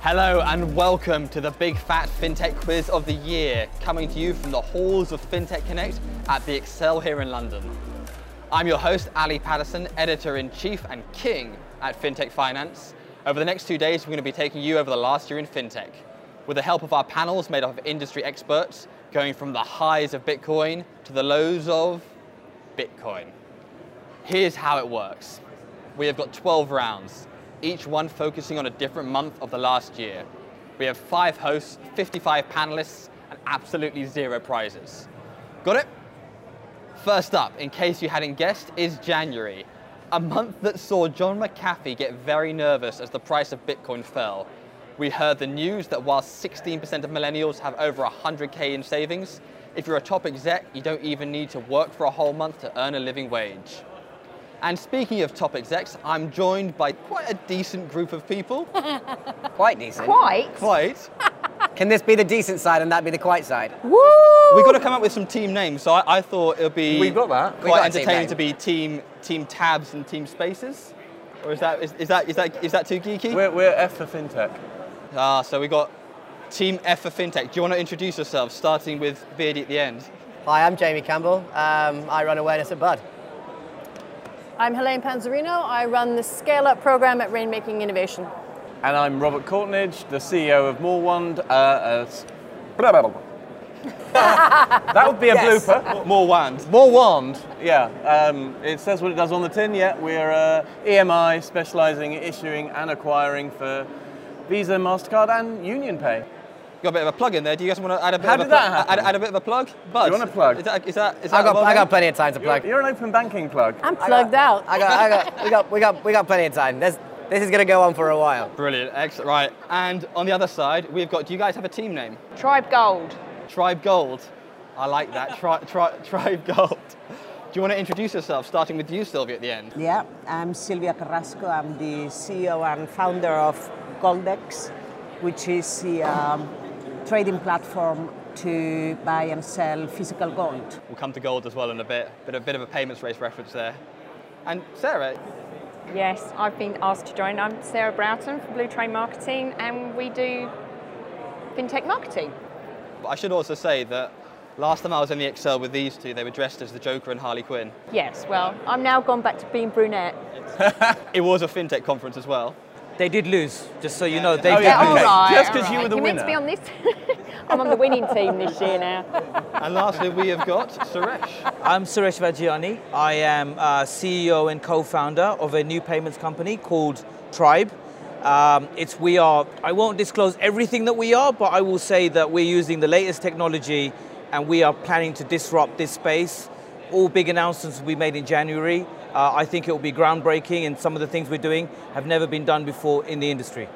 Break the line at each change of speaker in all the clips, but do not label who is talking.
Hello and welcome to the Big Fat FinTech Quiz of the Year, coming to you from the halls of FinTech Connect at the Excel here in London. I'm your host, Ali Patterson, editor in chief and king at FinTech Finance. Over the next two days, we're going to be taking you over the last year in FinTech. With the help of our panels made up of industry experts, going from the highs of Bitcoin to the lows of Bitcoin. Here's how it works we have got 12 rounds, each one focusing on a different month of the last year. We have five hosts, 55 panelists, and absolutely zero prizes. Got it? First up, in case you hadn't guessed, is January, a month that saw John McAfee get very nervous as the price of Bitcoin fell. We heard the news that while 16% of millennials have over 100k in savings, if you're a top exec, you don't even need to work for a whole month to earn a living wage. And speaking of top execs, I'm joined by quite a decent group of people.
Quite decent.
Quite.
Quite.
Can this be the decent side and that be the quite side?
Woo!
We've got to come up with some team names, so I, I thought it would be
We've got that.
We've
quite
got a team
entertaining
name.
to be team team tabs and team spaces. Or is that is, is that is that is that too geeky?
We're, we're F for fintech.
ah, so we got Team F for FinTech. Do you want to introduce yourselves, starting with Beardy at the end?
Hi, I'm Jamie Campbell. Um, I run awareness at Bud.
I'm Helene Panzerino. I run the Scale Up program at Rainmaking Innovation.
And I'm Robert Courtnage, the CEO of Morewand. Uh, uh, s- blah, blah, blah, blah. that would be a
Yes.
blooper.
More wand.
Morewand, yeah. Um, it says what it does on the tin, yeah. We're uh, EMI, specialising in issuing and acquiring for Visa, MasterCard, and UnionPay.
Got a bit of a plug in there. Do you guys want to add a bit
How
of a
did that
plug-
happen?
Add, add a bit of a plug? Buzz.
you want a plug?
Is that, is that, is that
I got,
above
I got
him?
plenty of time to plug.
You're an open banking plug.
Oh,
I'm plugged
uh,
out.
I got, I got, we got, we got, we got plenty of time. This, this is gonna go on for a while.
Brilliant, excellent. Right, and on the other side, we've got. Do you guys have a team name?
Tribe Gold.
Tribe Gold. I like that. Tri- tri- Tribe Gold. Do you want to introduce yourself, starting with you, Sylvia, at the end?
Yeah, I'm Silvia Carrasco. I'm the CEO and founder of Goldex, which is the um, trading platform to buy and sell physical gold.
We'll come to gold as well in a bit. Bit a bit of a payments race reference there. And Sarah,
Yes, I've been asked to join. I'm Sarah Broughton from Blue Train Marketing, and we do fintech marketing.
I should also say that last time I was in the Excel with these two, they were dressed as the Joker and Harley Quinn.
Yes, well, I'm now gone back to being brunette.
It was a fintech conference as well.
They did lose, just so you know. They
Oh,
did
yeah,
all
okay.
lose.
right,
Just 'cause
all
you were the
You're meant to be
winner.
on this. I'm on the winning team this year now.
And lastly, we have got Suresh.
I'm Suresh Vajiani. I am uh, CEO and co-founder of a new payments company called Tribe. Um, it's we are. I won't disclose everything that we are, but I will say that we're using the latest technology, and we are planning to disrupt this space. All big announcements will be made in January. Uh, I think it will be groundbreaking, and some of the things we're doing have never been done before in the industry.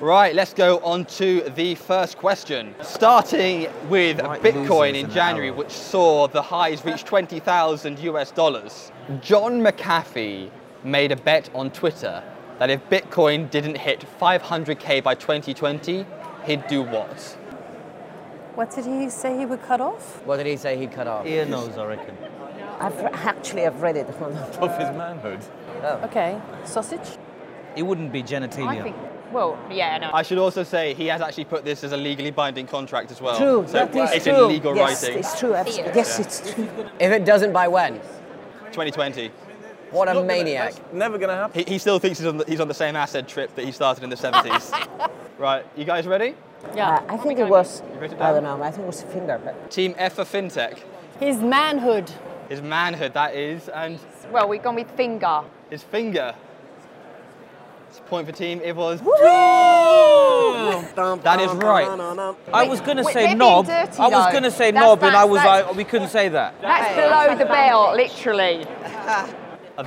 Right, let's go on to the first question. Starting with
Right,
Bitcoin
losers
in
in
January,
an hour.
which saw the highs reach 20,000 US dollars. John McAfee made a bet on Twitter that if Bitcoin didn't hit 500k by 2020, he'd do what?
What did he say he would cut off?
What did he say he cut off?
Ear nose, I reckon.
I've re- actually I've read it. Hold on.
Of his manhood.
Okay, sausage.
It wouldn't be genitalia.
I think. Well, yeah, no.
I should also say he has actually put this as a legally binding contract as well.
True,
so
that is
it's
true.
in legal
yes,
writing.
it's true. abs- Yes, it's true.
If it doesn't, by when?
2020.
What a
Not gonna-
maniac.
that's never going to happen.
He, he still thinks he's on, the, he's on the same acid trip that he started in the 70s. right, you guys ready?
Yeah.
Uh, I think it was.
wrote it
I don't know. I think it was a finger. But
Team F for FinTech.
His manhood.
His manhood, that is, and
Well, we've gone with finger.
his finger. It's a point for team. It was. That is right.
I was gonna
Wait,
say
we're being
knob.
dirty,
I was
though.
gonna say
That's-
knob, and I
that's-
was
that's-
like, we couldn't say that.
That's below the belt, literally.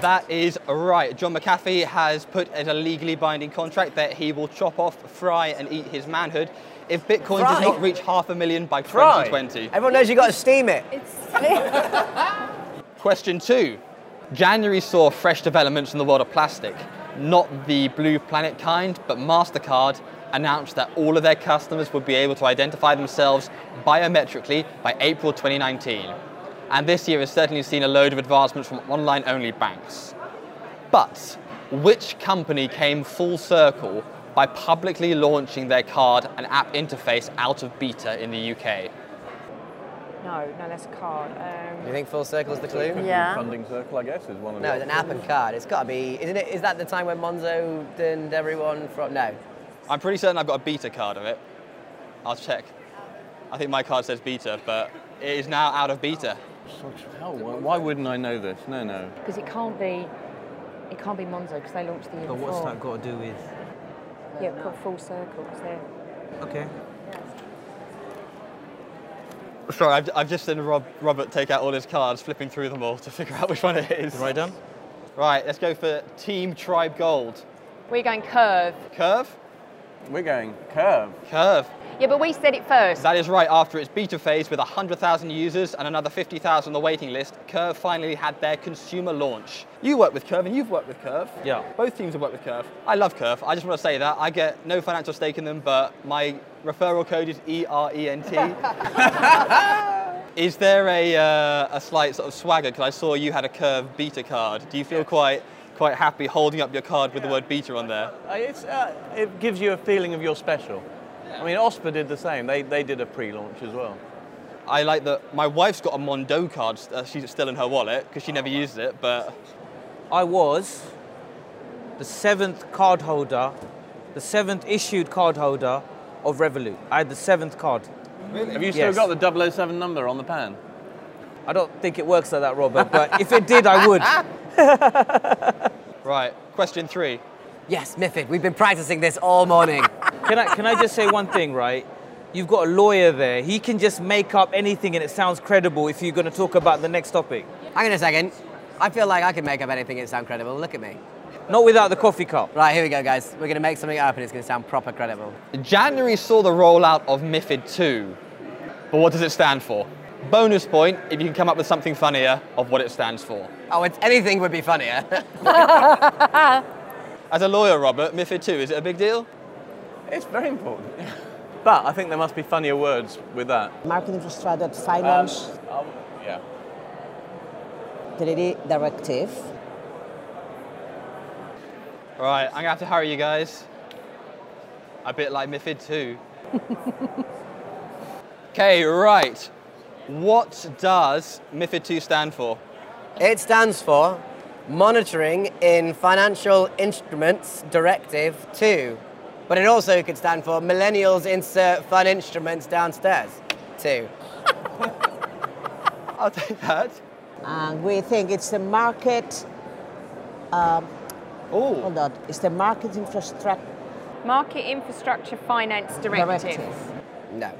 That is right. John McAfee has put in a legally binding contract that he will chop off, fry, and eat his manhood if Bitcoin does
Fry?
not reach half a million by
Fry?
2020.
Everyone knows you got to steam it.
Question two. January saw fresh developments in the world of plastic. Not the Blue Planet kind, but MasterCard announced that all of their customers would be able to identify themselves biometrically by April 2019. And this year has certainly seen a load of advancements from online only banks. But which company came full circle by publicly launching their card and app interface out of beta in the UK?
No, no, that's a card.
Do
Um,
you think full circle's the clue?
Yeah.
Funding Circle, I guess, is one of
No,
the
it's an app and card. It's got to be, isn't it? Is that the time when Monzo and everyone from? No.
I'm pretty certain I've got a beta card of it. I'll check. I think my card says beta, but it is now out of beta.
Oh, why, why wouldn't I know this? No, no.
because it can't be, it can't be Monzo because they launched the year
But
before.
what's that got to do with?
Yeah, put full circle because they're.
Okay.
Sorry, I've, I've just seen Rob, Robert take out all his cards, flipping through them all to figure out which one it is.
Right done.
Right, let's go for Team Tribe Gold.
We're going curve.
Curve?
We're going curve.
Curve.
Yeah, but we said it first.
That is right. After its beta phase with 100,000 users and another 50,000 on the waiting list, Curve finally had their consumer launch. You work with Curve and you've worked with Curve.
Yeah.
Both teams have worked with Curve. I love Curve. I just want to say that. I get no financial stake in them, but my referral code is E E-R-E-N-T. is there a, uh, a slight sort of swagger? Because I saw you had a Curve beta card. Do you feel quite, quite happy holding up your card with the word beta on there?
Uh, It's, uh, it gives you a feeling of you're special. I mean, OSPA did the same. They, they did a pre-launch as well.
I like that my wife's got a Mondo card. Uh, she's still in her wallet because she never uses it, but...
I was the seventh card holder, the seventh issued card holder of Revolut. I had the seventh card.
Have you still
Yes.
got the 007 number on the pan?
I don't think it works like that, Robert, but if it did, I would.
Right, question three.
Yes, Mifid. We've been practicing this all morning.
Can I, can I just say one thing, right? You've got a lawyer there. He can just make up anything and it sounds credible if you're going to talk about the next topic.
Hang on a second. I feel like I could make up anything and sound credible. Look at me.
Not without the coffee cup.
Right, here we go, guys. We're going to make something up and it's going to sound proper credible.
January saw the rollout of MIFID 2. But what does it stand for? Bonus point if you can come up with something funnier of what it stands for.
Oh, it's anything would be funnier.
As a lawyer, Robert, MIFID 2, is it a big deal?
It's very important. but I think there must be funnier words with that.
Marketing for Strategic Finance
Um, yeah.
Um,
treaty Directive.
Right, I'm gonna have to hurry you guys. A bit like MIFID 2. okay, right. What does MIFID 2 stand for?
it stands for Monitoring in Financial Instruments Directive 2. But it also could stand for Millennials Insert Fun Instruments Downstairs 2.
I'll take that.
And we think it's the market,
Oh,
hold on, it's the market infrastructure
Market Infrastructure Finance Directive.
directive.
No.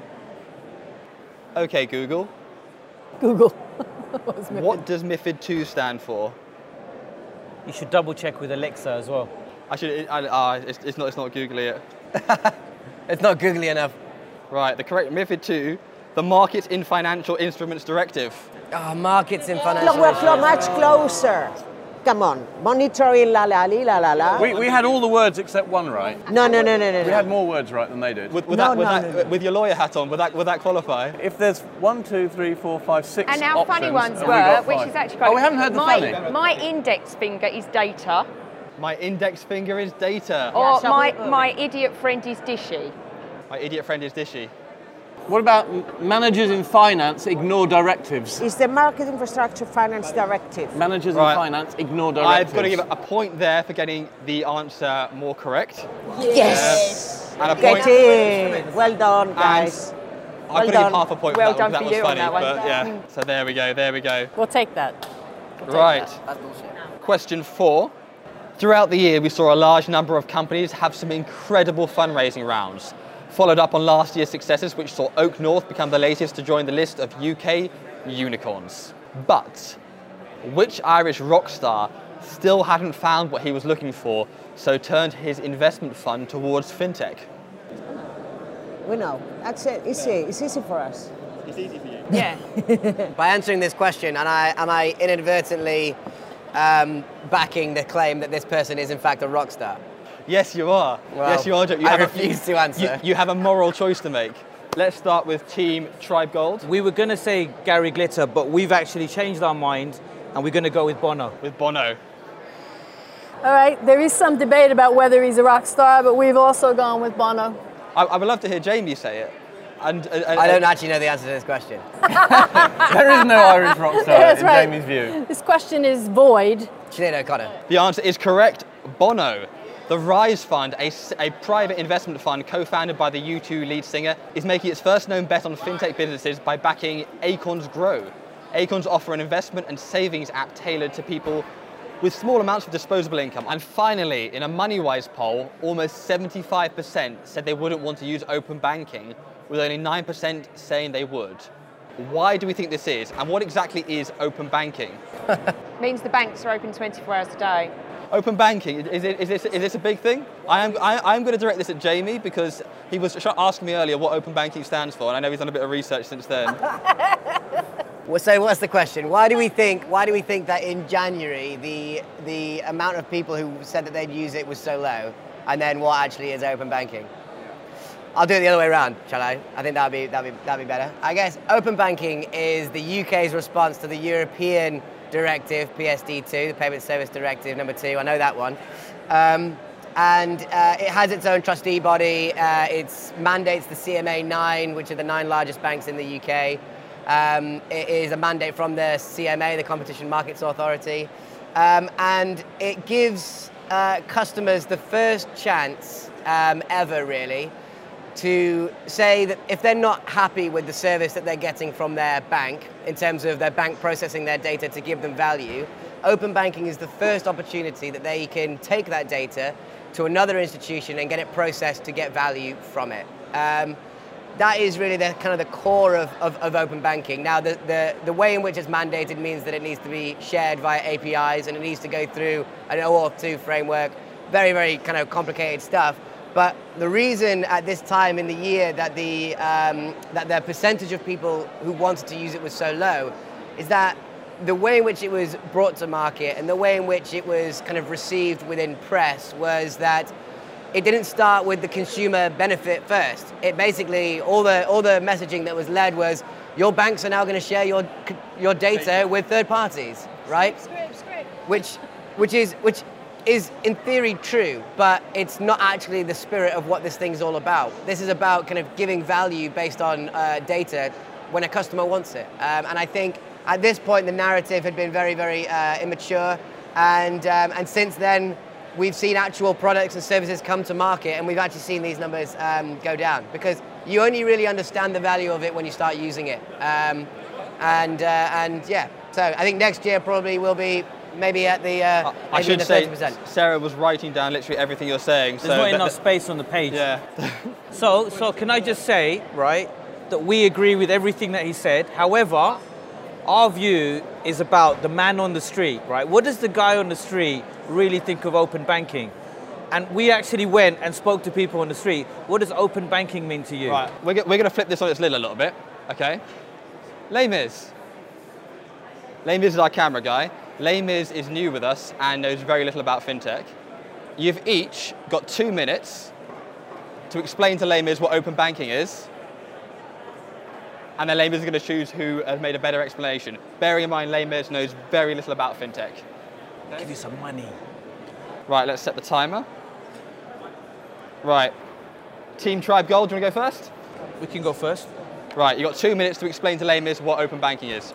okay, Google.
Google.
What does MIFID 2 stand for?
You should double check with Alexa as well.
I should. I, ah, it's, it's not. It's not googly it.
It's not googly enough.
Right. The correct MiFID two, the Markets in Financial Instruments Directive.
Oh, markets in financial
Look, we're clo-
instruments.
much closer. Come on, monitoring la la li, la la la.
We, we had all the words except one right.
no, no, no, no, no.
We had more words right than they did.
With, with
No,
that, with,
no,
that
no, no.
with your lawyer hat on, would that would that qualify?
if there's one, two, three, four, five, six
And our funny ones
options, and we
were,
got
which
five.
is actually quite.
Oh, we haven't heard the
my,
funny.
My index finger is data,
My index finger is data.
or
shall
my,
we-
my idiot friend is dishy.
My idiot friend is dishy.
What about m- managers in finance ignore directives?
It's the market infrastructure finance directive.
Managers
Right.
in finance ignore directives.
I've got to give a point there for getting the answer more correct, Um,
Yes.
and a point.
Get in. Well done,
I've
guys. Well
got to give
done.
half a point
Well
for that
done
one. 'cause
for
that
you
was
on
funny,
that one.
but yeah. So there we go. There we go.
We'll take that.
Right.
That's bullshit.
Question four. Throughout the year, we saw a large number of companies have some incredible fundraising rounds, followed up on last year's successes, which saw Oak North become the latest to join the list of UK unicorns. But which Irish rock star still hadn't found what he was looking for, so turned his investment fund towards fintech?
We know. That's it. It's easy. It's easy for us.
Yeah.
By answering this question, and I am I inadvertently um, backing the claim that this person is in fact a rock star?
Yes, you are.
Well,
yes, you are. Joe. You
I
have a-
refuse to
you-
answer.
You, you have a moral choice to make. Let's start with Team Tribe Gold
We were going to say Gary Glitter, but we've actually changed our mind and we're going to go with Bono.
with Bono.
All right, there is some debate about whether he's a rock star, but we've also gone with Bono.
I, I would love to hear Jamie say it. And, uh, and,
I don't actually know the answer to this question.
There is no Irish rock star
That's
in
right.
Jamie's view.
This question is void.
Sinead O'Connor.
The answer is correct. Bono. The Rise Fund, a, s- a private investment fund co-founded by the U2 lead singer, is making its first known bet on fintech businesses by backing Acorns Grow. Acorns offer an investment and savings app tailored to people with small amounts of disposable income. And finally, in a MoneyWise poll, almost 75% said they wouldn't want to use open banking, with only 9% saying they would. Why do we think this is? And what exactly is open banking?
means the banks are open 24 hours a day.
Open banking, is, it, is, this, is this a big thing? I am, I, I'm going to direct this at Jamie because he was tr- asking me earlier what open banking stands for, and I know he's done a bit of research since then.
Well, so what's the question? Why do we think? Why do we think that in January the the amount of people who said that they'd use it was so low, and then what actually is open banking? I'll do it the other way around, shall I? I think that'd be that'd be that'd be better. I guess open banking is the UK's response to the European directive PSD2, the Payment Service Directive number two. I know that one. Um, and uh, it has its own trustee body. Uh, it mandates the CMA nine, which are the nine largest banks in the UK. Um, it is a mandate from the CMA, the Competition Markets Authority, um, and it gives uh, customers the first chance um, ever, really, to say that if they're not happy with the service that they're getting from their bank in terms of their bank processing their data to give them value, open banking is the first opportunity that they can take that data to another institution and get it processed to get value from it. Um, that is really the kind of the core of, of, of open banking. Now, the, the, the way in which it's mandated means that it needs to be shared via APIs and it needs to go through an OAuth 2 framework. Very, very kind of complicated stuff. But the reason at this time in the year that the, um, that the percentage of people who wanted to use it was so low is that the way in which it was brought to market and the way in which it was kind of received within press was that it didn't start with the consumer benefit first. It basically all the all the messaging that was led was your banks are now going to share your c- your data with third parties, right? Which which is which is in theory true, but it's not actually the spirit of what this thing's all about. This is about kind of giving value based on uh, data when a customer wants it, um, and I think at this point the narrative had been very very uh, immature, and um, and since then we've seen actual products and services come to market and we've actually seen these numbers um, go down because you only really understand the value of it when you start using it. Um, and, uh, and yeah, so I think next year probably will be maybe at the, uh,
I-
maybe
I should
the
say,
30%.
Sarah was writing down literally everything you're saying.
There's
so
not
that-
enough space on the page.
yeah.
So, so can I just say, right, that we agree with everything that he said. However, our view is about the man on the street, right? What does the guy on the street really think of open banking? And we actually went and spoke to people on the street. What does open banking mean to you?
Right, we're, go- we're going to flip this on its lid a little bit, okay? Les Mis. Les Mis is our camera guy. Les Mis is new with us and knows very little about fintech. You've each got two minutes to explain to Les Mis what open banking is. And then Les Mis is going to choose who has made a better explanation. Bearing in mind, Les Mis knows very little about fintech.
Give you some money.
Right, let's set the timer. Right. Team Tribe Gold, do you want to go first?
We can go first.
Right, you got two minutes to explain to Lame is what open banking is.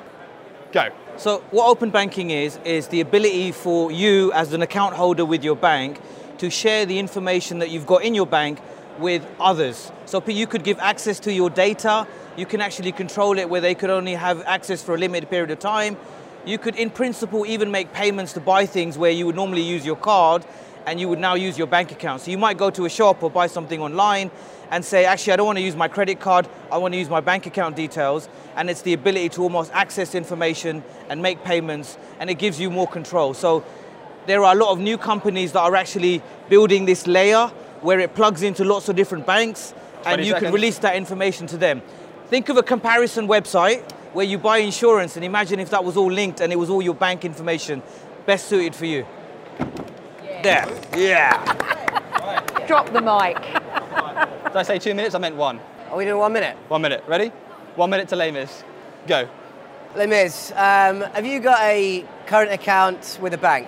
Go.
So, what open banking is, is the ability for you as an account holder with your bank to share the information that you've got in your bank with others. So, you could give access to your data, you can actually control it where they could only have access for a limited period of time. You could, in principle, even make payments to buy things where you would normally use your card and you would now use your bank account. So, you might go to a shop or buy something online and say, actually, I don't want to use my credit card, I want to use my bank account details. And it's the ability to almost access information and make payments, and it gives you more control. So there are a lot of new companies that are actually building this layer where it plugs into lots of different banks, and
20
you can
seconds.
release that information to them. Think of a comparison website where you buy insurance, and imagine if that was all linked and it was all your bank information best suited for you. There.
Drop the mic.
Did I say two minutes? I meant one.
Are we doing one minute?
One minute. Ready? One minute to Lame is. Go.
Les Mis, um, have you got a current account with a bank?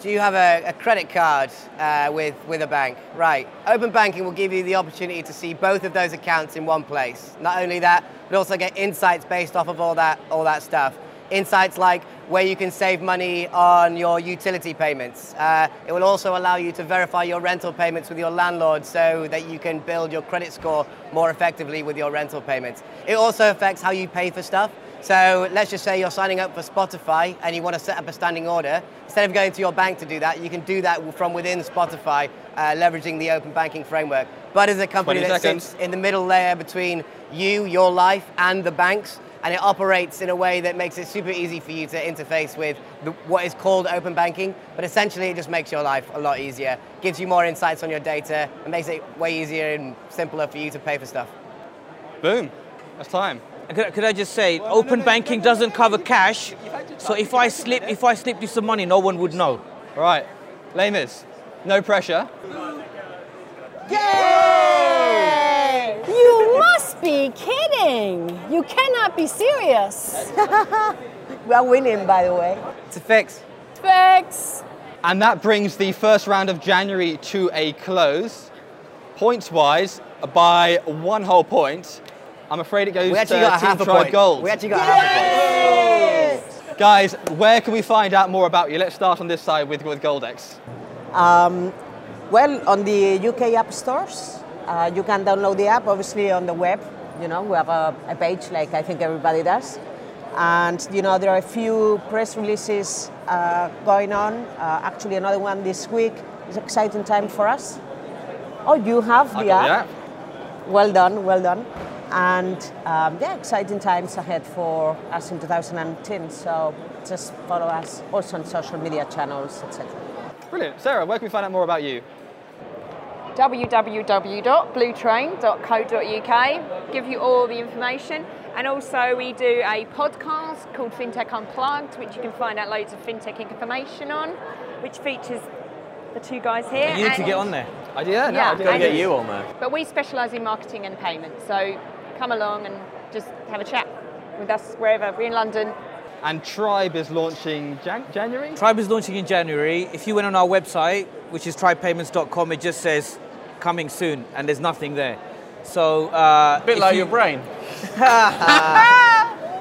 Do you have a, a credit card uh, with, with a bank? Right. Open banking will give you the opportunity to see both of those accounts in one place. Not only that, but also get insights based off of all that, all that stuff. Insights like where you can save money on your utility payments. Uh, it will also allow you to verify your rental payments with your landlord so that you can build your credit score more effectively with your rental payments. It also affects how you pay for stuff. So let's just say you're signing up for Spotify and you want to set up a standing order. Instead of going to your bank to do that, you can do that from within Spotify, uh, leveraging the open banking framework. But as a company
20
that
seconds.
sits in the middle layer between you, your life, and the banks, and it operates in a way that makes it super easy for you to interface with the, what is called open banking. But essentially, it just makes your life a lot easier, gives you more insights on your data, and makes it way easier and simpler for you to pay for stuff.
Boom. That's time.
And Could, I- could I just say, open banking doesn't cover cash, so if I slip, if I slipped you some money, no one would know.
Right. Lamers, no pressure.
You must be kidding. You cannot be serious.
We are winning, by the way.
It's a fix.
Fix.
And that brings the first round of January to a close. Points wise, by one whole point. I'm afraid it goes
We actually
to
got a
uh, Team
half a
Tribe
point.
Gold.
We actually got a half a point.
Guys, where can we find out more about you? Let's start on this side with, with Goldex.
Well, on the UK app stores, uh, you can download the app. Obviously, on the web, you know, we have a, a page like I think everybody does. And you know, there are a few press releases uh, going on. Uh, actually, another one this week. It's an exciting time for us. Oh, you have the
got
app.
the app.
Well done, well done. And um, yeah, exciting times ahead for us in 2010. So just follow us also on social media channels, etc.
Brilliant. Sarah, where can we find out more about you?
www.bluetrain.co.uk give you all the information and also we do a podcast called fintech unplugged which you can find out loads of fintech information on which features the two guys here
You need to
and-
get on there.
I do that? No,
Yeah,
I do
I
that.
do.
Get you on there.
but we specialize in marketing and payments so come along and just have a chat with us wherever we're in london
And Tribe is launching Jan- January?
Tribe is launching in January. If you went on our website, which is tribepayments.com, it just says coming soon, and there's nothing there. So uh,
A bit
if
like
you-
your brain.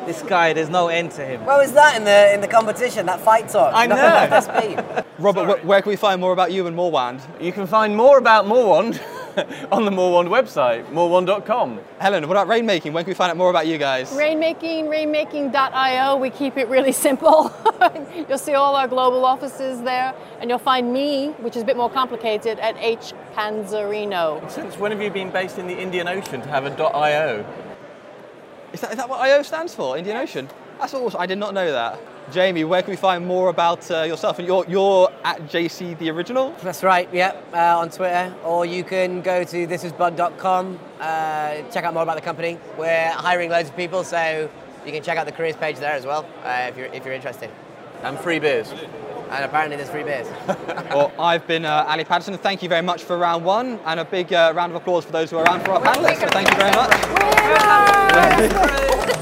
This guy, there's no end to him.
What was that in the in the competition? That fight talk.
I
No,
know.
That's me.
Robert, wh- where can we find more about you and Morwand?
You can find more about Morewand on the Morewand website, morewand.com.
Helen, what about rainmaking? When can we find out more about you guys?
Rainmaking, rainmaking.io. We keep it really simple. you'll see all our global offices there, and you'll find me, which is a bit more complicated, at H Panzerino.
Since when have you been based in the Indian Ocean to have a .io?
Is that, is that what IO stands for? Indian Ocean? That's awesome. I did not know that. Jamie, where can we find more about uh, yourself? And you're, you're at JC the Original.
That's right. Yep. Uh, on Twitter, or you can go to thisisbud.com. Uh, check out more about the company. We're hiring loads of people, so you can check out the careers page there as well uh, if you're if you're interested.
And free beers.
And apparently, there's free beers.
well, I've been uh, Ali Patterson. Thank you very much for round one, and a big uh, round of applause for those who are around for our panelists. So thank you very much.